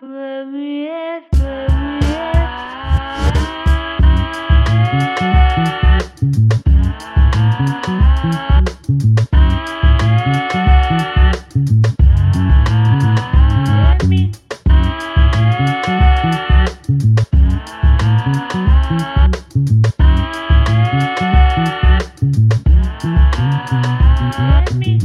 Bluebeard, Bluebeard. Let me Let me.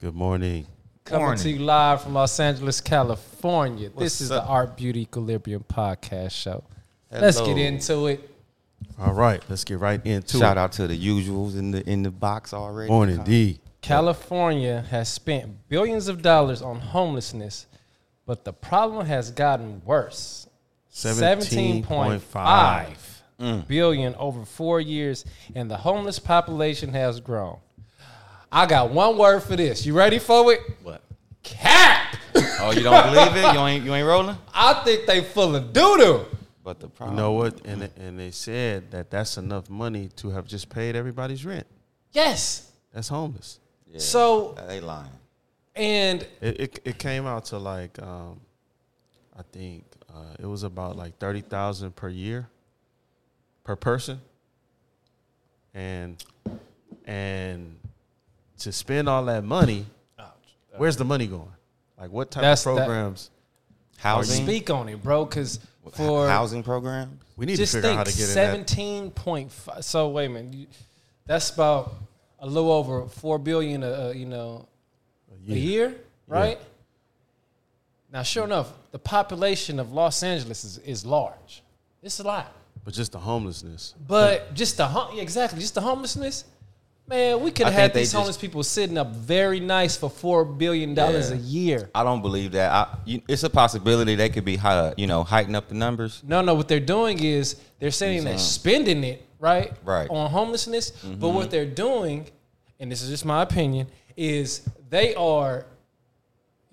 Good morning. Coming Morning. to you live from Los Angeles, California. What's this is up? the Art Beauty Equilibrium podcast show. Let's Hello. get into it. All right, let's get right into Shout it. out to the usuals in the in the box already. Morning, D. California has spent billions of dollars on homelessness, but the problem has gotten worse. 17.5 billion over four years, and the homeless population has grown. I got one word for this. You ready for it? What? Cap! Oh, you don't believe it? You ain't you ain't rolling? I think they full of doo-doo. But the You problem. know what? And it- and they said that that's enough money to have just paid everybody's rent. Yes. That's homeless. Yeah, So- they lying. And It it, it came out to like um, I think uh, it was about like thirty thousand per year, per person. And and to spend all that money, where's the money going? Like what type That's of that- programs? Housing speak on it, bro, because for housing program. We need just to figure out think how to get in that. seventeen point five. So wait a minute, you, that's about a little over four billion. Uh, you know, a year, right? Now, sure enough, the population of Los Angeles is, is large. It's a lot, But just the homelessness. but just the hom- exactly just the homelessness. Man, we could I have think had they these homeless just- people sitting up very nice for four billion dollars Yeah. a year. I don't believe that. I, you, it's a possibility they could be high, you know hiking up the numbers. No, no. What they're doing is they're saying they're spending it right, Right. on homelessness. But what they're doing, and this is just my opinion, is they are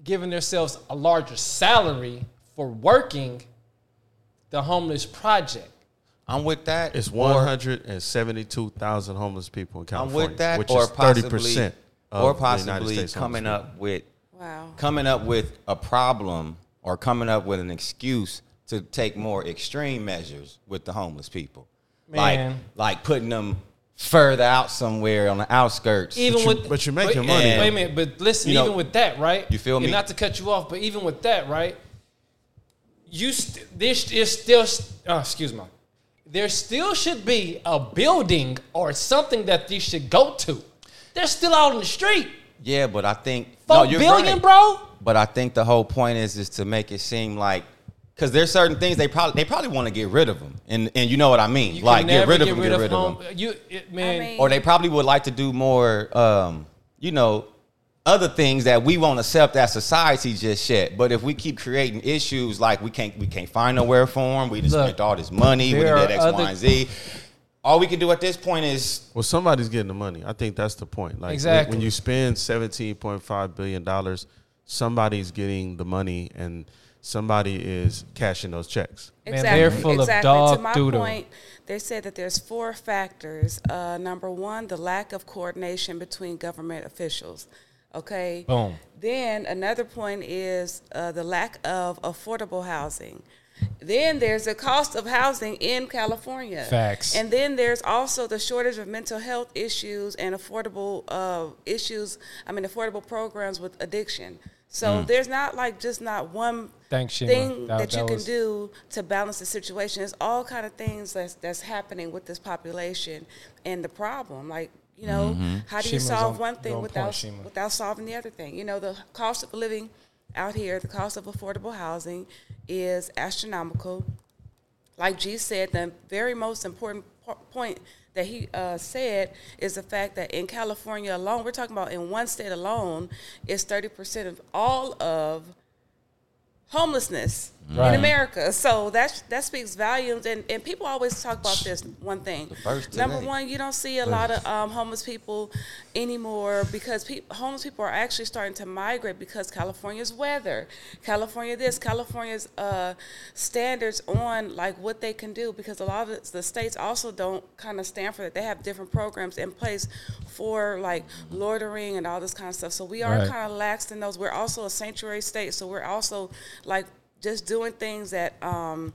giving themselves a larger salary for working the homeless project. I'm with that. It's Or- one hundred and seventy-two thousand homeless people in I'm California, with that. which or is possibly, thirty percent, or possibly coming up with Wow. coming up with a problem or coming up with an excuse to take more extreme measures with the homeless people. Man. Like like putting them further out somewhere on the outskirts. Even you- with but you're making money, Wait though. a minute, but listen, You know, even with that, right? you feel and me? Not to cut you off, but even with that, right? You st- this is still uh, excuse me. There still should be a building or something that these should go to. They're still out on the street. yeah, but I think no, Four you're billion, right. bro. But I think the whole point is is to make it seem like because there's certain things they probably they probably want to get rid of them, and and you know what I mean, You can like get never rid of them, get rid home- of them, You it, man, mean- or they probably would like to do more, um, you know, other things that we won't accept as society just yet. But if we keep creating issues like we can't we can't find nowhere for them, we just Look, spent all this money, we did there X, Y, are other- and Z. All we can do at this point is Well, somebody's getting the money. I think that's the point. Like when- Exactly. when you spend seventeen point five billion dollars, somebody's getting the money, and somebody is cashing those checks. Man, they're full of dog to my doodle. point, they said that there's four factors. Uh, number one, the lack of coordination between government officials. Okay. Boom. Then another point is uh, the lack of affordable housing. Then there's the cost of housing in California. Facts. And then there's also the shortage of mental health issues and affordable uh, issues. I mean, affordable programs with addiction. So there's not like just not one Mm. Thanks, Shima. thing That- that, you that can was- do to balance the situation. It's all kind of things that's that's happening with this population and the problem. Like you know, how do you Shima's Mm-hmm. solve on- one you're thing on point, without Shima. without solving the other thing? You know, the cost of living out here, the cost of affordable housing is astronomical like G said, the very most important po- point that he uh, said is the fact that in California alone, we're talking about in one state alone, is 30% of all of homelessness Right. in America. So that that speaks volumes. And, and people always talk about this one thing. first Number today. one, you don't see a lot of um, homeless people anymore because peop homeless people are actually starting to migrate because California's weather, California this, California's uh, standards on like what they can do because a lot of the states also don't kind of stand for that. They have different programs in place for like loitering and all this kind of stuff. So we are Right. kind of lax in those. We're also a sanctuary state, so we're also like just doing things that. Um,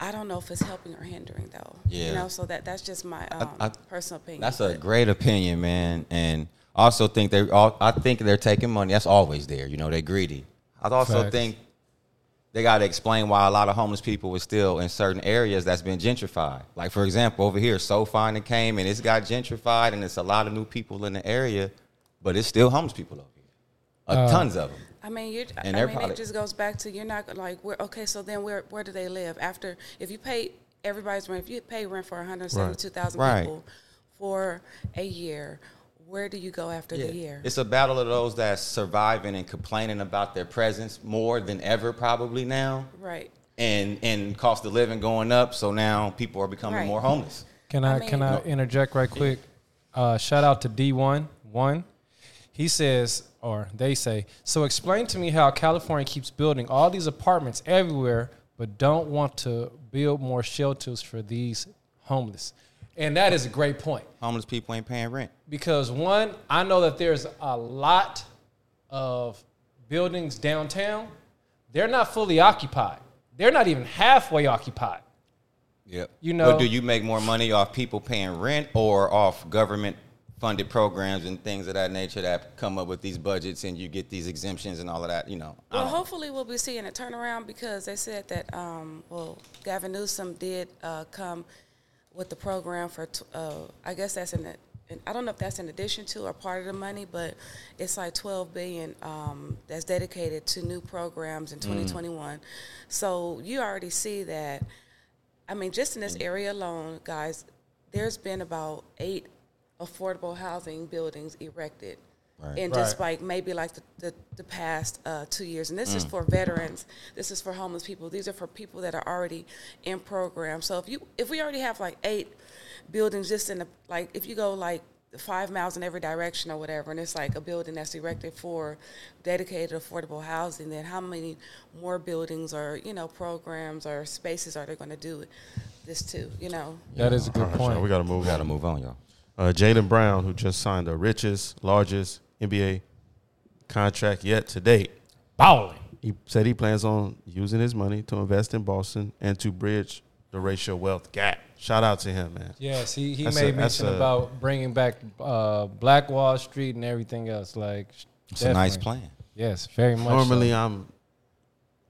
I don't know if it's helping or hindering though. Yeah. You know, so that that's just my um, I- personal opinion. That's a but- great opinion, man. And I also think they all I think they're taking money. That's always there. You know, they're greedy. I also Facts. think they got to explain why a lot of homeless people were still in certain areas that's been gentrified. Like for example, over here, SoFi and came and it's got gentrified, and it's a lot of new people in the area, but it's still homeless people over here, uh, tons of them. I mean, you. I And mean, they're probably- it just goes back to you're not like we're okay. So then where where do they live after if you pay everybody's rent? If you pay rent for 172,000 Right. people for a year, where do you go after Yeah. the year? It's a battle of those that's surviving and complaining about their presence more than ever, probably now. right. and and cost of living going up. So now people are becoming Right. more homeless. Can I, I mean- can I No. interject right quick? Uh, shout out to D1 one. He says or they say, so explain to me how California keeps building all these apartments everywhere but don't want to build more shelters for these homeless. And that is a great point Homeless people ain't paying rent. because one, I know that there's a lot of buildings downtown. They're not fully occupied. They're not even halfway occupied. Yep. You know- But do you make more money off people paying rent or off government funded programs and things of that nature that come up with these budgets and you get these exemptions and all of that? You know. I Well, don't- hopefully we'll be seeing a turnaround because they said that, um, well, Gavin Newsom did uh, come with the program for, tw- uh, I guess that's in the, and I don't know if that's in addition to or part of the money, but it's like 12 billion um, that's dedicated to new programs in 2021. So you already see that. I mean, just in this area alone, guys, there's been about eight affordable housing buildings erected. Right. In just Right. like maybe like the, the, the past uh, two years. And this is for veterans. This is for homeless people. These are for people that are already in programs. So if you if we already have like eight buildings just in the like if you go like five miles in every direction or whatever and it's like a building that's erected for dedicated affordable housing, then how many more buildings or, you know, programs or spaces are they gonna do this to, you know? That is a good All right, point. y'all, we got to move gotta on. move on, y'all. Uh, Jalen Brown, who just signed the richest, largest NBA contract yet to date, Bowling. he said he plans on using his money to invest in Boston and to bridge the racial wealth gap. Shout out to him, man. Yes, he, he That's made a- that's mention a- about bringing back uh, Black Wall Street and everything else. Like, It's a nice plan. Yes, very much. Normally, so. I'm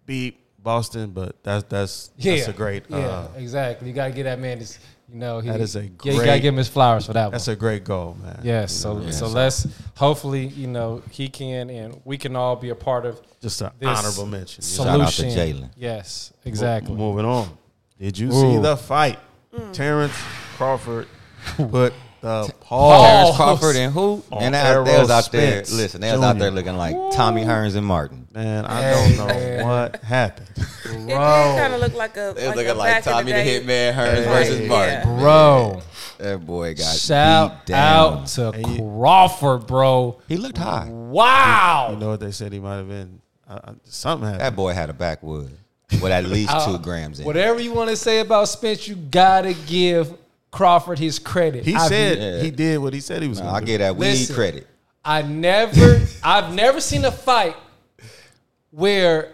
beat Boston, but that's that's that's a great Yeah, uh, exactly. You gotta get that man. His, you know, he, That is a yeah, you gotta great- give him his flowers for that that's one. a great goal, man. yes, so Yeah. so let's hopefully you know he can and we can all be a part of just an This honorable mention. you know? Shout out to solution. Jalen. Yes, exactly. Mo- Moving on. Did you see Ooh. the fight? Terrence Crawford put the Paul. Oh. paul. Terrence Crawford and who? On And that, they Errol was out there. Spence Listen, they was out there Jr.. looking like Tommy Hearns and Martin. Man, I don't Hey, know man. what happened. It did kind of look like a They was like a looking back like in the Tommy the day- Hitman Hearns Hey. versus Yeah. Martin. bro, That boy got shout beat down. out to And you- Crawford, bro. He looked high. Wow. You know what they said he might have been? I, I, something happened. That boy had a backwood with at least two grams in. it. Uh, Whatever you want to say about Spence, you gotta give Crawford his credit. He I've- said Yeah. he did what he said he was Nah, going I to get that. We need Listen. credit. I never, I've never seen a fight where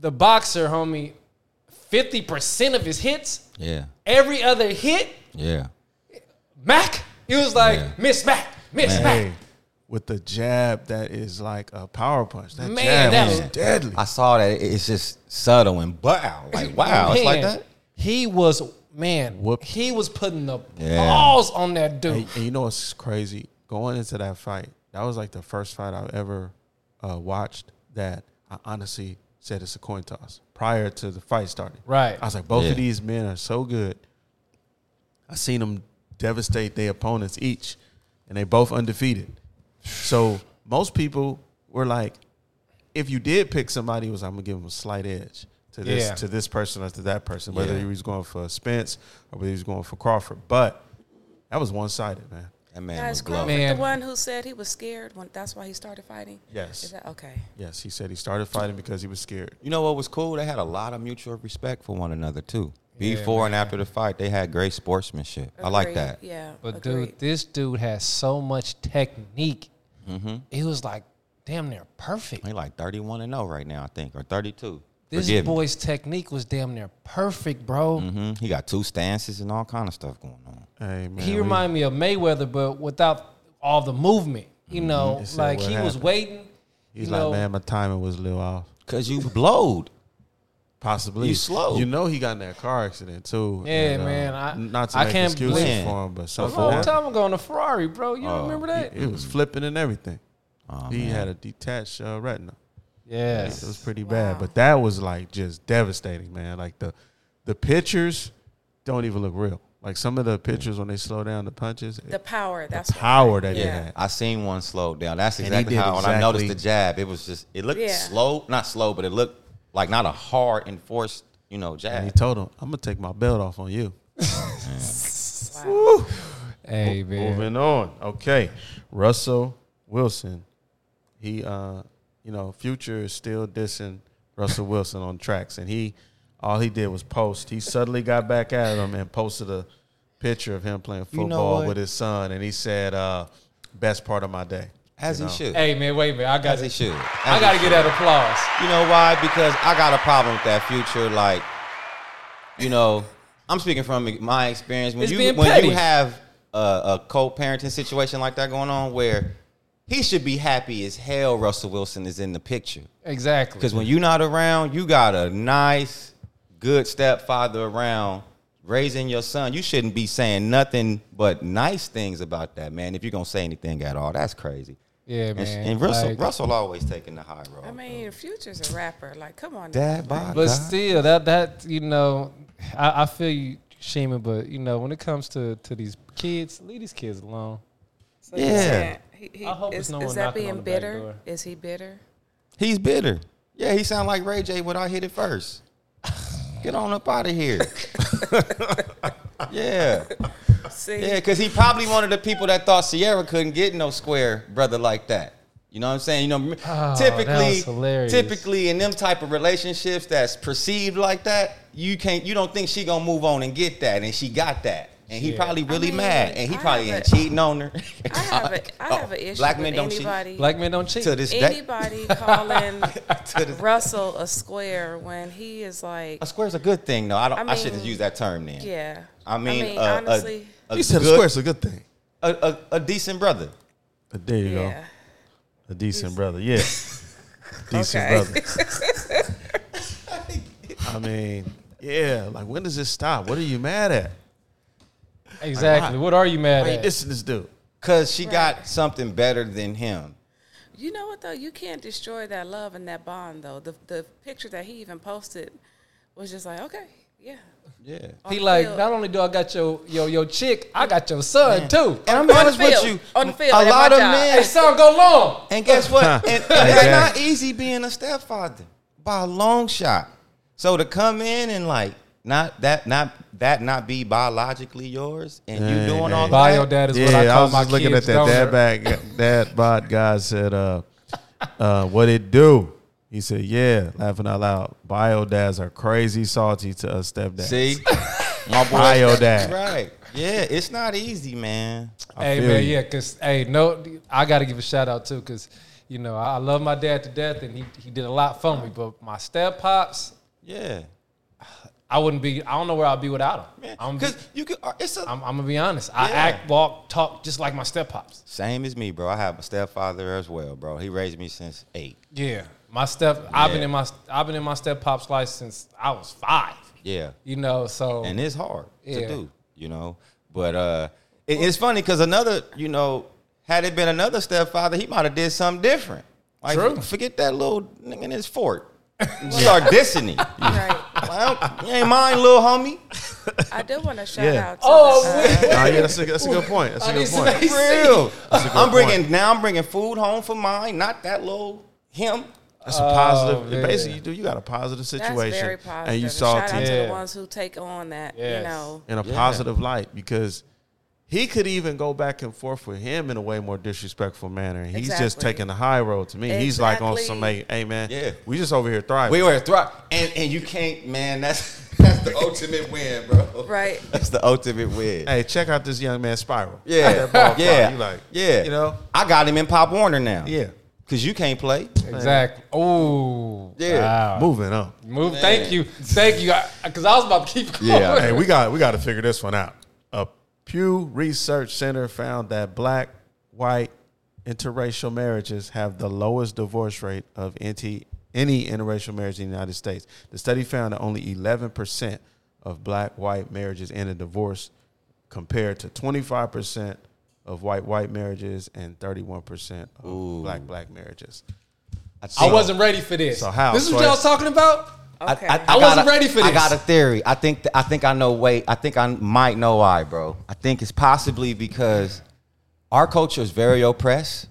the boxer, homie, fifty percent of his hits, Yeah, every other hit, yeah. Mac. It was like Yeah. Miss Mac, Miss Man. Mac. Hey, with the jab that is like a power punch. That Man, jab that was was- deadly. I saw that. It- It's just subtle and wow, like wow, it's like Man, that. He was man. Whoop. He was putting the Yeah. balls on that dude. And, and you know what's crazy? Going into that fight, that was like the first fight I've ever uh, watched that I honestly said it's a coin toss prior to the fight starting. Right. I was like, both Yeah. of these men are so good. I seen them devastate their opponents each, and they both undefeated. So most people were like, if you did pick somebody, it was I'm gonna give him a slight edge to this Yeah. to this person or to that person, whether Yeah. he was going for Spence or whether he was going for Crawford. But that was one sided, man. That man Now, was is Crawford glowing. Man. the one who said he was scared when that's why he started fighting? Yes. Is that okay? Yes, he said he started fighting because he was scared. You know what was cool? They had a lot of mutual respect for one another too. Yeah, Before and after the fight, they had great sportsmanship. I like Agreed. that. Yeah. But agreed. dude, this dude has so much technique. Mm-hmm. It was like damn near perfect. He like 31 and 0 right now, I think, or 32. This Forgive me. boy's technique was damn near perfect, bro. Mm-hmm. Mhm. He got two stances and all kind of stuff going on. Hey, man, he we- reminded me of Mayweather, but without all the movement. You know, It's like Mm-hmm. what he was happened. waiting. he's you like, know, man, my timing was a little off. Cause you blowed. Possibly You slow. You know he got in that car accident too. uh, Yeah, man, I- not to I make can't excuses blame- for him, but a something long happened. time ago on the Ferrari, bro. You Oh, remember that? It was flipping and everything. Oh, he man. had a detached uh, retina. yes. It was pretty Wow. bad, but that was like just devastating, man. Like the the pictures don't even look real. Like some of the pictures when they slow down the punches, the power. That's the power that they Yeah. had. I seen one slowed down. That's And he exactly did how. And I noticed the exactly- jab. It was just. It looked Yeah. slow, not slow, but it looked like not a hard and forced, you know, And eh, he jab. told him, "I'm gonna take my belt off on you." Wow. hey, man. Moving on. Okay. Russell Wilson. He uh you know, future is still dissing Russell Wilson on tracks and he all he did was post. He suddenly got back at him and posted a picture of him playing You know football what? with his son and he said uh best part of my day. As You he know? should. Hey, man, wait a minute. I got As he should. I As got to get he should. that applause. You know why? Because I got a problem with that future. Like, you know, I'm speaking from my experience. When It's you being when petty. you have a, a co-parenting situation like that going on, where he should be happy as hell. Russell Wilson is in the picture Exactly. because when you're not around, you got a nice, good stepfather around raising your son. You shouldn't be saying nothing but nice things about that man. If you're gonna say anything at all, that's crazy. yeah, And, man. and Russell, like- Russell always taking the high road. I mean, Future's a rapper. Like, come on. now. Dad, by But God. still, that that you know, I, I feel you, Shima. But you know, when it comes to to these kids, leave these kids alone. So you Yeah. said He, he, I hope is, it's no is one that knocking being on the back bitter? door. Is he bitter? He's bitter. Yeah, he sound like Ray J when I hit it first. Get on up out of here. yeah. See, Yeah, because he probably one of the people that thought Sierra couldn't get no square brother like that. You know what I'm saying? You know, Oh, that was typically, hilarious. typically in them type of relationships that's perceived like that, you can't, you don't think she gonna move on and get that, and she got that, and he Yeah. probably really mean, mad, and he I probably have ain't a- cheating on her. I have a, I have an issue Oh, Black with men don't cheat. anybody. Black men don't cheat. to this day, anybody calling To this- Russell a square when he is like, a square's a good thing though. I don't, I, I shouldn't mean, use that term then. yeah. I mean, a- a- honestly, a, He said good- a square's a good thing. a, a, a decent brother. Uh, There you yeah. go. A decent brother. Yeah. decent Okay. brother. I mean, yeah, like when does this stop? What are you mad at? exactly. What are you mad Why you at? dissing this dude? Cause she got Right. something better than him. You know what though? You can't destroy that love and that bond though. The the picture that he even posted was just like, okay, yeah. Yeah. on he the like, field. not only do I got your your your chick, I got your son too. And I'm On the honest with field. you. On the field, a at lot my of job. men Hey, son, go long. and guess what? and, and it's Exactly. not easy being a stepfather by a long shot. So to come in and like not that not that not be biologically yours and you Hey, doing hey. all that. Bio dad is what I call was my just looking kids. at that dad donor. bag. Dad bod guy said, uh, uh, "What it do?" He said, "Yeah," laughing out loud. Bio dads are crazy salty to us stepdads. See? My boy Bio dad. Right. Yeah, it's not easy, man. I hey feel man, you. yeah, cause hey, no, I gotta give a shout out too, cause you know I I love my dad to death, and he, he did a lot for me. But my step pops, Yeah. I wouldn't be. I don't know where I'd be without him. Man, I'm, Cause you could uh, it's a I'm, I'm gonna be honest. I Yeah. act, walk, talk just like my step pops. Same as me, bro. I have a stepfather as well, bro. He raised me since eight. Yeah, my step. I've been Yeah. in my I've been in my step pops life since I was five. Yeah. You know, so And it's hard to Yeah. do, you know. But uh it, it's funny because another, you know, had it been another stepfather, he might have did something different. Like True. forget that little nigga in his fort. and Start dissing him. Like, Right. I don't- you ain't mine, little homie. I do want to shout Yeah. out to Oh, the, wait. Nah, yeah, that's a, that's a good point. That's a I good need point. somebody- For real. a good I'm bringing point. now. I'm bringing food home for mine, not that little him. That's a positive. Oh, Basically, yeah. you do. You got a positive situation, That's very positive. and you And saw shout it out in- to Yeah. the ones who take on that. Yes. You know, in a Yeah. positive light because he could even go back and forth with him in a way more disrespectful manner. And he's just Exactly. taking the high road to me. He's like on some, Exactly. hey, hey, man, Yeah. we just over here thriving. We were thrive, and and you can't, man. That's that's the ultimate win, bro. Right. Oh, That's the ultimate win. hey, check out this young man spiral. Yeah, That ball fly. yeah, You like, yeah. You know, I got him in Pop Warner now. yeah. because you can't play. Exactly. Oh, Yeah. Wow. Moving on. Move. Thank you. Thank you. Because I, was about to keep going. Yeah. hey, we got we got to figure this one out. A Pew Research Center found that black, white, interracial marriages have the lowest divorce rate of anti, any interracial marriage in the United States. The study found that only 11% of black, white marriages end in divorce compared to 25% of white, white marriages and 31% of black, black marriages. I wasn't ready for this. So how, This is what Sway? y'all was talking about. Okay. I got wasn't a- ready for I got a this. theory. I think th- I think I know. Wait, I think I might know why, bro. I think it's possibly because our culture is very oppressed.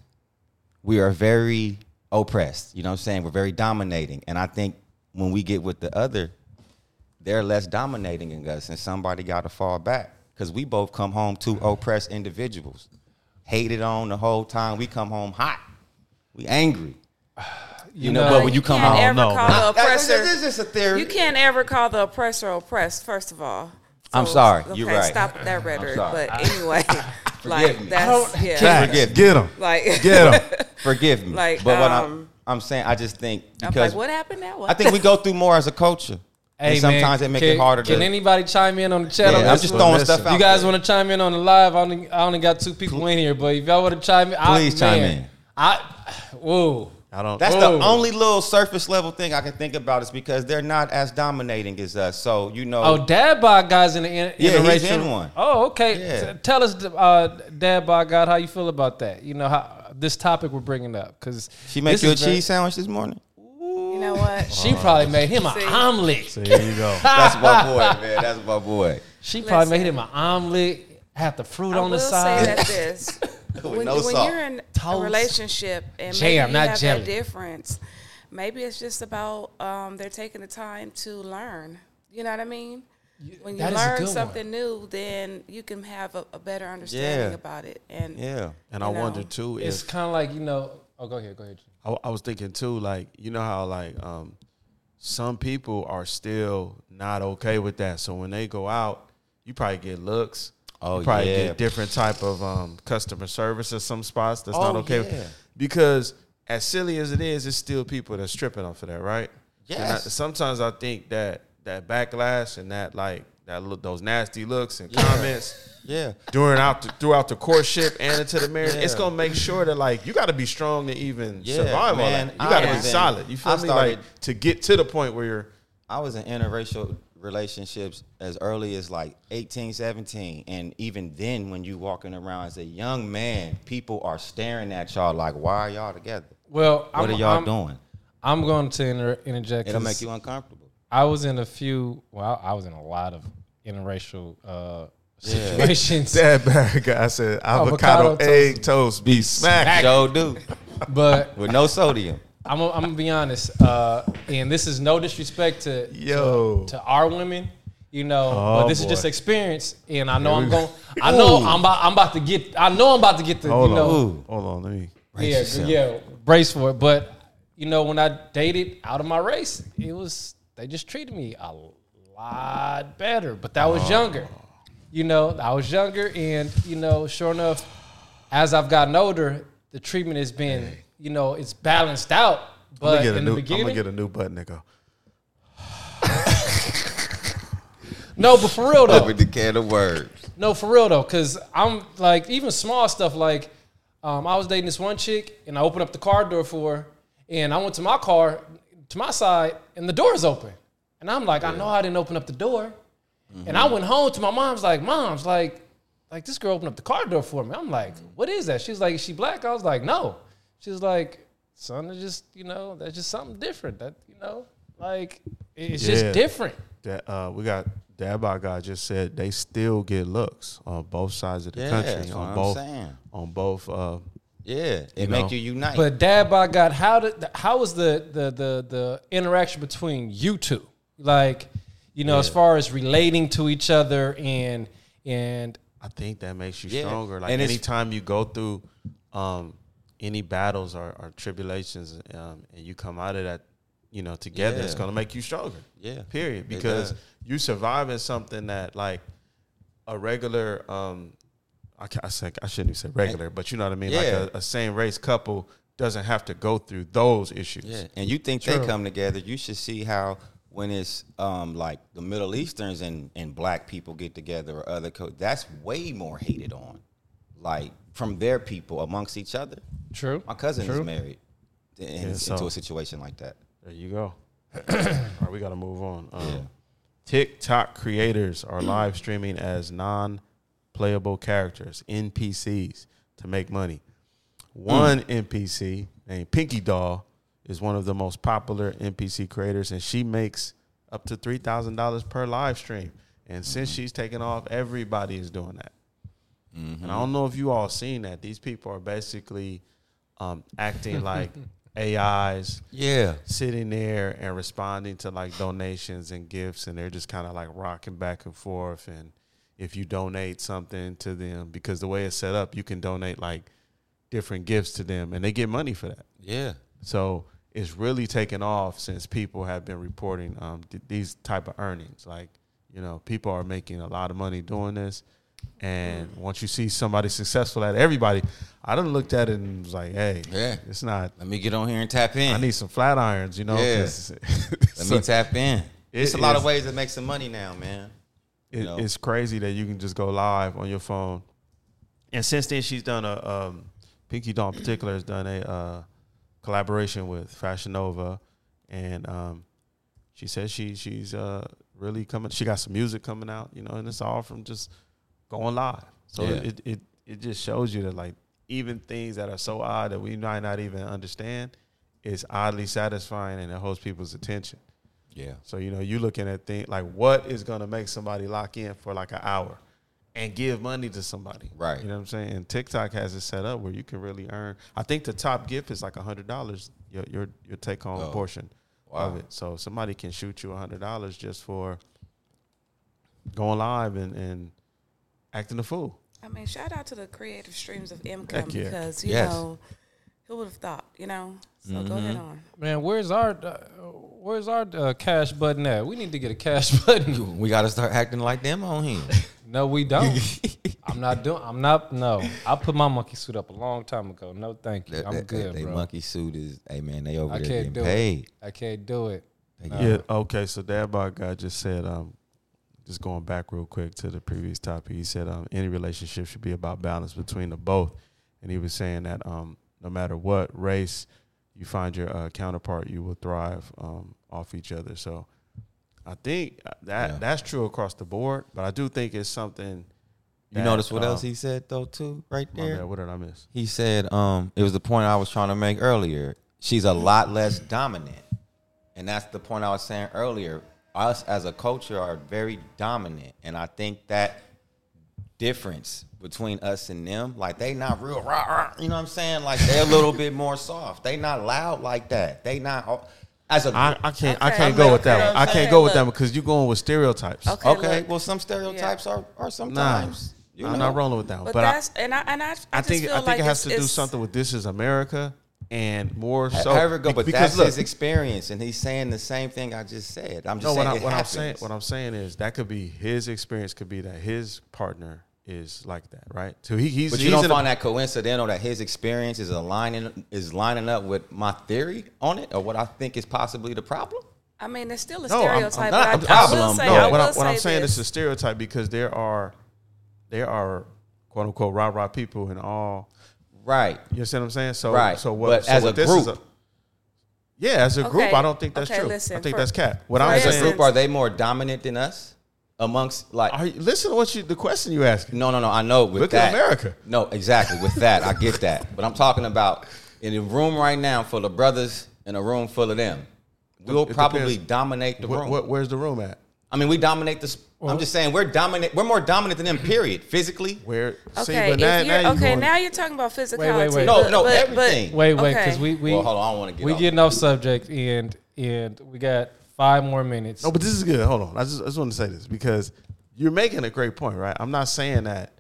We are very oppressed. You know what I'm saying? We're very dominating, and I think when we get with the other, they're less dominating in us, and somebody got to fall back because we both come home two oppressed individuals, hated on the whole time. We come home hot. We angry. You, know, but when you come can't home, ever no, call man. the oppressor. This is just a theory. You can't ever call the oppressor oppressed. First of all, I'm sorry. You're right. Stop that rhetoric. sorry. But anyway, Forgive me. like that's yeah. Facts. forget. Get them. Like Get them. Forgive me. Like, but what I'm, um, I'm saying, I just think I'm because like, what happened now? I think we go through more as a culture. Hey, and sometimes man, it makes can, it harder Can to. anybody chime in on the chat? yeah, on I'm this just one? throwing Listen. stuff out. You guys there. want to chime in on the live? I only, I only got two people in here, but if y'all want to chime in, I, Please chime man, in. I whoa. I don't. That's Whoa. the only little surface level thing I can think about is because they're not as dominating as us. So you know, Oh, dad bod guys in the in, Yeah, he's interracial- in one. Oh, okay. Yeah. T- tell us, uh, dad bod God, how you feel about that? You know how this topic we're bringing up because she makes you a cheese sandwich this morning. You know what? She probably made him an See? omelet. There you go. That's my boy, man. That's my boy. She probably made him Listen. an omelet. Have the fruit I on the will side. say that this. With when, no when salt. you're in Toast. a relationship and Jam, maybe you not have jelly. that difference, maybe it's just about um, they're taking the time to learn. You know what I mean? When you that is a good learn one. something new, then you can have a, a better understanding Yeah. about it. And Yeah. And You I know. wonder too if It's kind of like you know. Oh, go ahead, go ahead. I, I was thinking too, like you know how like um, some people are still not okay with that. So when they go out, you probably get looks. Oh, you probably yeah. get different type of um, customer service at some spots that's not Oh, okay yeah. with. Because as silly as it is, it's still people that's tripping off of that, right? And I- Yes. sometimes I think that that backlash and that like that look, those nasty looks and comments Yeah. during out the, throughout the courtship and into the marriage, Yeah. it's gonna make sure that like you got to be strong to even Yeah, survive all man. that. You got to I be was in- solid. You feel I me? started- like to get to the point where you're I was in interracial relationships as early as like 18, 17. And even then, when you walking around as a young man, people are staring at y'all like, why are y'all together? Well, What I'm, are y'all I'm- doing? I'm going to inter- interject. It'll 'cause make you uncomfortable. I was in a few. Well, I was in a lot of interracial uh, situations, dad bad guy. I said avocado Avocado egg toast be smacked. Joe do. but With no sodium. I'm gonna- I'm gonna be honest, uh, and this is no disrespect to Yo. to, to our women, you know, but Oh, this boy. is just experience, and I know Here I'm we going. go. I know Ooh. I'm about I'm about to get. I know I'm about to get the. Hold you on, know, hold on. Let me. yeah, Brace yourself. yeah, brace for it. But you know, when I dated out of my race, it was they just treated me a lot better. But that was Oh. younger. You know, I was younger, and you know, sure enough, as I've gotten older, the treatment has been, you know, it's balanced out. I'm But gonna get a in the new. I'm beginning, gonna get a new butt, nigga. no, but for real though, With the can of words. No, for real though, because I'm like even small stuff. Like um, I was dating this one chick, and I opened up the car door for her, and I went to my car to my side, and the door is open, and I'm like, I know I didn't open up the door, and I went home to my mom's like, mom's like, like this girl opened up the car door for me. I'm like, what is that? She's like, is she black? I was like, no. She's like, son, it's just you know, that's just something different. That you know, like it's Yeah. just different. That uh, we got dad bad guy just said they still get looks on both sides of the Yeah, country that's what on I'm both saying. on both uh, Yeah, it You make know? you unite. But dad by God, how did how was the the the the interaction between you two? Like, you know, as far as relating to each other and and I think that makes you Yeah. stronger. Like And it's- anytime you go through um, any battles or, or tribulations, um, and you come out of that, you know, together, it's Yeah. gonna make you stronger. Yeah. Period. It Because does. you surviving something that like a regular, um, I, ca- I said I shouldn't even say regular, but you know what I mean. Yeah. Like a, a same race couple doesn't have to go through those issues. Yeah, and you think they come together. You should see how when it's um, like the Middle Easterns and, and black people get together or other co- that's way more hated on, like from their people amongst each other. True. My cousin True. is married in, Yeah, into so- a situation like that. There you go. All right, we got to move on. Um, TikTok creators are live streaming as non playable characters, NPCs, to make money. One NPC named Pinky Doll is one of the most popular NPC creators, and she makes up to $3,000 per live stream. And since she's taken off, everybody is doing that. And I don't know if you all seen that. These people are basically um, acting like AIs Yeah, sitting there and responding to like donations and gifts and they're just kind of like rocking back and forth and if you donate something to them because the way it's set up you can donate like different gifts to them and they get money for that yeah, so it's really taken off since people have been reporting um, th- these type of earnings like you know people are making a lot of money doing this and once you see somebody successful at it, everybody i done looked at it and was like hey Yeah. it's not Let me get on here and tap in. I need some flat irons, you know. Yeah. 'cause Let so me tap in. It's a lot is- of ways to make some money now, man. it- know. It's crazy that you can just go live on your phone. And since then, she's done a um, Pinky Doll in particular has done a uh, collaboration with Fashion Nova, and um, she says she she's uh, really coming. She got some music coming out, you know, and it's all from just going live. So Yeah. it, it it just shows you that like even things that are so odd that we might not even understand is oddly satisfying and it holds people's attention. Yeah, So you know, you looking at things like what is going to make somebody lock in for like an hour and give money to somebody, Right. You know what I'm saying? And TikTok has it set up where you can really earn. I think the top gift is like a hundred dollars. Your your your take home Oh. portion of Wow. it. So somebody can shoot you a hundred dollars just for going live and and acting a fool. I mean, shout out to the creative streams of income Heck yeah. because you Yes. know who would have thought, you know. So Mm-hmm. go ahead on. Man, where's our uh, where's our uh, cash button at? We need to get a cash button. we got to start acting like them on here. No, we don't. I'm not doing. I'm not. No, I put my monkey suit up a long time ago. No, thank you. That- I'm that- that- good, they bro. monkey suit is, hey man, they over I there can't getting do paid. it. I can't do it. Yeah. Okay. So Dad Bod guy just said, um, just going back real quick to the previous topic. He said, um, any relationship should be about balance between the both, and he was saying that um, no matter what race you find your uh, counterpart, you will thrive um, off each other. So I think uh, that Yeah. that's true across the board, but I do think it's something. You that, notice what um, else he said though too, right My there. bad, what did I miss? He said, um, it was the point I was trying to make earlier. She's a lot less dominant. And that's the point I was saying earlier. Us as a culture are very dominant. And I think that difference between us and them, like they not real rah, rah, you know what I'm saying? Like they're a little bit more soft. They not loud like that. They not all- as a I, I can't I Okay, can't go look, with that one. I okay, can't go with that look. one because you're going with stereotypes. Okay. Okay, look. well some stereotypes are, are Nah, sometimes you I'm know. not rolling with that one. But, But, I, that's and I and I, I, I just think feel I think like it has it's- to do it's- something with this is America and more so. However, go, Be- but because that's look, his experience, and he's saying the same thing I just said. I'm just no, what, saying I, it what I'm happens. saying what I'm saying is that could be his experience. Could be that his partner is like that, right? So he, he's but you he's don't in a- find that coincidental that his experience is aligning is lining up with my theory on it, or what I think is possibly the problem. I mean, it's still a No, I'm- I'm stereotype. not- I'm- but I, I will problem. say, no. I what, will I, what I'm say saying this. is a stereotype because there are there are quote unquote rah rah people in all. Right. You understand what I'm saying? So Right. So what? But so as what a this is group- yeah, as a group, Okay, I don't think that's okay, true. I listen, think for- that's cat. What for I'm As a instance- saying, group, are they more dominant than us amongst like? are you, listen to what you the question you asked. no, no, no. I know with Look at that America. No, exactly. With that, I get that. But I'm talking about in a room right now full of brothers and a room full of them. We'll It probably depends. dominate the Wh- room. wh- where's the room at? I mean, we dominate this. I'm just saying we're dominant. We're more dominant than them. Period. Physically, Where see, Okay, but if now, you're, now you okay, going- now you're talking about physicality. wait. No, no, but, everything. But, Wait, wait, okay. because we we Well, hold on, I don't wanna get we off. getting off subject and and we got five more minutes. No, but this is good. Hold on. I just, I just want to say this because you're making a great point, right? I'm not saying that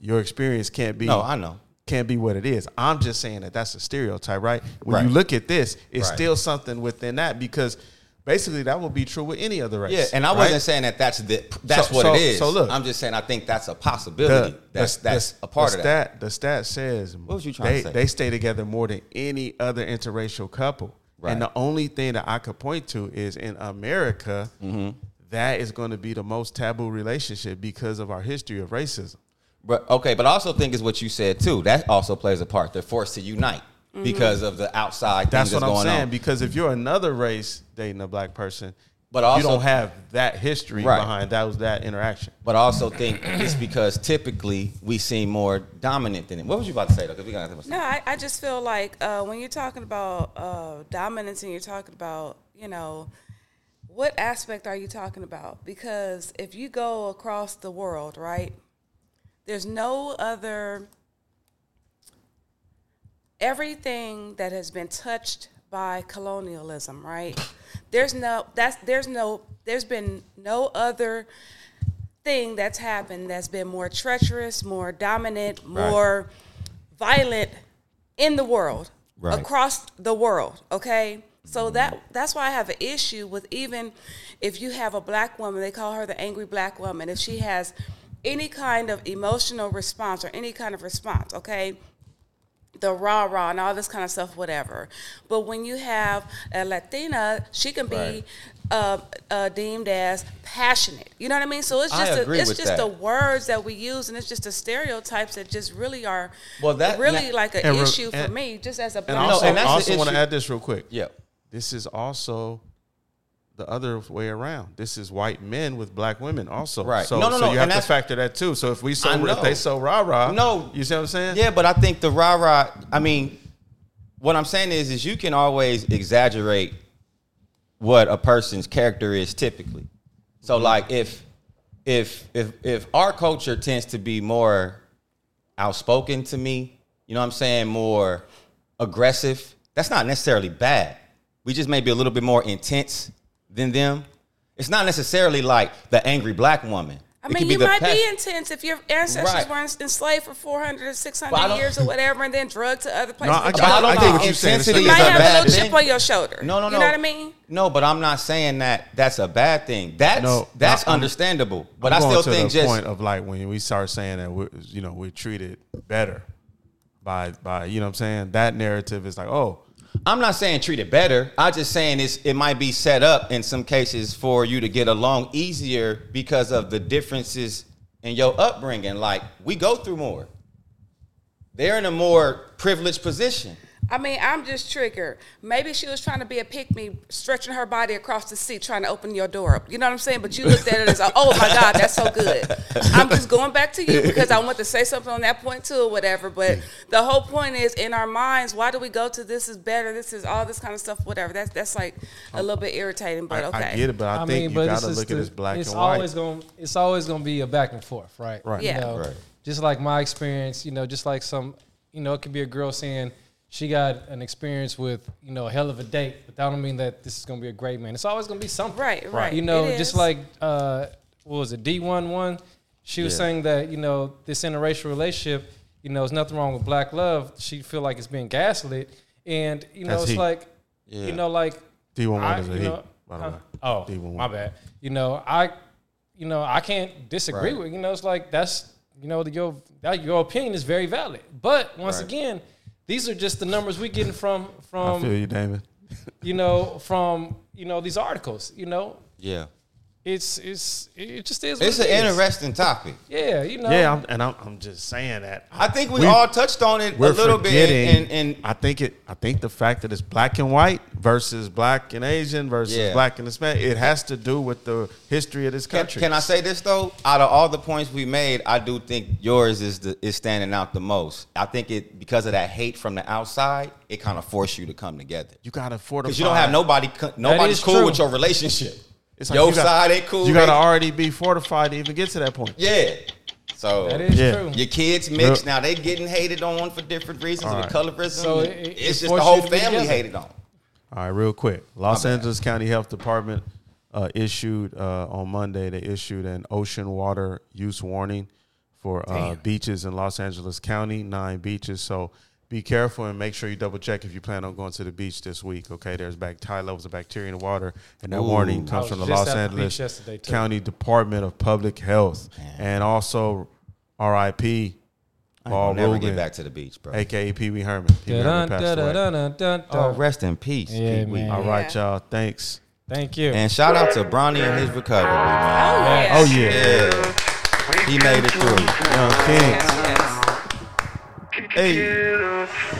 your experience can't be No, I know. can't be what it is. I'm just saying that that's a stereotype, right? When Right. you look at this, it's Right. still something within that because basically that would be true with any other race. Yeah, and I right? wasn't saying that that's the that's So- what so- it is. so look. I'm just saying I think that's a The- possibility. that's the- that's the- a part the of that. stat, The stat says What was you trying they, to say? they stay together more than any other interracial couple. Right. And the only thing that I could point to is in America, Mm-hmm. that is going to be the most taboo relationship because of our history of racism. But okay, but I also think is what you said too. That also plays a part. They're forced to unite Mm-hmm. because of the outside That's things what that's I'm going saying. on. Because if you're another race dating a black person, But also- you don't have that history Right. behind that was that interaction. but I also think it's because typically we seem more dominant than it. What was you about to say though? Because we got No, I, I just feel like uh, when you're talking about uh, dominance and you're talking about, you know, what aspect are you talking about? Because if you go across the world, right, there's no other, everything that has been touched by colonialism, right? There's no, that's, there's no, there's been no other thing that's happened that's been more treacherous, more dominant, more violent in the world Right. across the world okay so that that's why i have an issue with even if you have a black woman they call her the angry black woman if she has any kind of emotional response or any kind of response okay the rah rah and all this kind of stuff, whatever. But when you have a Latina, she can be Right. uh, uh, deemed as passionate. You know what I mean? So it's I just a, agree it's with just that. the words that we use, and it's just the stereotypes that just really are Well, that- really that- like an and re- issue for and- me, just as a And black also, and that's the also want to issue. add this real quick. Yeah. This is also the other way around. This is white men with black women also. Right. So, No, no, so no, you have and to that's- factor that too. So if we so I if know. they so rah rah, No. you see what I'm saying? Yeah, but I think the rah rah. I mean, what I'm saying is, is you can always exaggerate what a person's character is typically. So, like, if if if if our culture tends to be more outspoken to me, you know, what I'm saying more aggressive. That's not necessarily bad. We just may be a little bit more intense than them. It's not necessarily like the angry black woman. I It could mean, you the might be pes- intense if your ancestors Right. were ens- enslaved for 400 or 600 But I don't- years or whatever and then drugged to other places. No, I, But get- y'all I don't I know. get what you're saying. Intensity It's You might is a not have bad a little thing. chip on your shoulder. No, no, no. You know what I mean? No, but I'm not saying that that's a bad thing. That's No, that's no, I'm- understandable. But I'm I going still to think the just point of like when we start saying that we're you know we're treated better by by you know what I'm saying that narrative is like oh I'm not saying treat it better. I'm just saying it's it might be set up in some cases for you to get along easier because of the differences in your upbringing. Like we go through more. They're in a more privileged position. I mean, I'm just triggered. Maybe she was trying to be a pick me, stretching her body across the seat, trying to open your door up. You know what I'm saying? But you looked at it as, oh my God, that's so good. I'm just going back to you because I want to say something on that point too, or whatever. But the whole point is, in our minds, why do we go to this is better, this is all this kind of stuff, whatever? That's that's like a little bit irritating, but Oh. I, okay. I get it but I, think you this gotta is look the- at this black it's and always white Gonna, it's always going to be a back and forth, right? Right. Yeah. You know, Right. Just like my experience, you know, just like some, you know, it could be a girl saying she got an experience with, you know, a hell of a date, but that don't mean that this is going to be a great man. It's always going to be something. Right, right. You know, It just is. like, uh, what was it, D11? She was Yeah. saying that, you know, this interracial relationship, you know, there's nothing wrong with black love. She feel like it's being gaslit. And, you know, That's it's heat. like, Yeah. you know, like, D11 I- is a you heat know, by the uh, way Oh, D11. my bad. You know, I, you know, I can't disagree Right. with. You know, it's like that's you know the, your that, your opinion is very valid. But once Right. again, these are just the numbers we getting from I feel from you Damon you know from you know these articles. You know, Yeah. it's it's it just is. What It's it an is. interesting topic. Yeah, you know. yeah I'm, and I'm, I'm just saying that I think we, We- all touched on it a we're little bit forgetting and, and I think it I think the fact that it's black and white versus black and Asian versus Yeah. black and Hispanic it has to do with the history of this Can, country can I say this though? Out of all the points we made, I do think yours is the is standing out the most. I think it because of that hate from the outside, it kind of forced you to come together you gotta fortify because you don't have nobody co- nobody's is cool true. with your relationship. It's Your you got- side ain't cool, You got to right? already be fortified to even get to that point. Yeah. So That is Yeah. true. your kids Yep. mixed now. They getting hated on for different reasons, All with right. colorism. So it- it- it's it just the forced whole you to get family together. hated on. All right, real quick. Los bad. Angeles County Health Department uh, issued uh, on Monday. They issued an ocean water use warning for uh, beaches in Los Angeles County, nine beaches. So be careful and make sure you double check if you plan on going to the beach this week. Okay, there's back high levels of bacteria in the water, and that warning I comes was from the just Los at the beach Angeles yesterday, too. County Department of Public Health, and also R.I.P. Paul I'll never get Rubin, back to the beach, bro. aka Pee Wee Herman. Pee Wee Herman passed away. Oh, Alright. rest in peace. Yeah, Pee Wee. man. All right, y'all. Thanks. Thank you. And shout out to Bronny and his recovery, man. Oh Oh, yeah. yeah. Yeah. He made it through. Young Kings. Hey.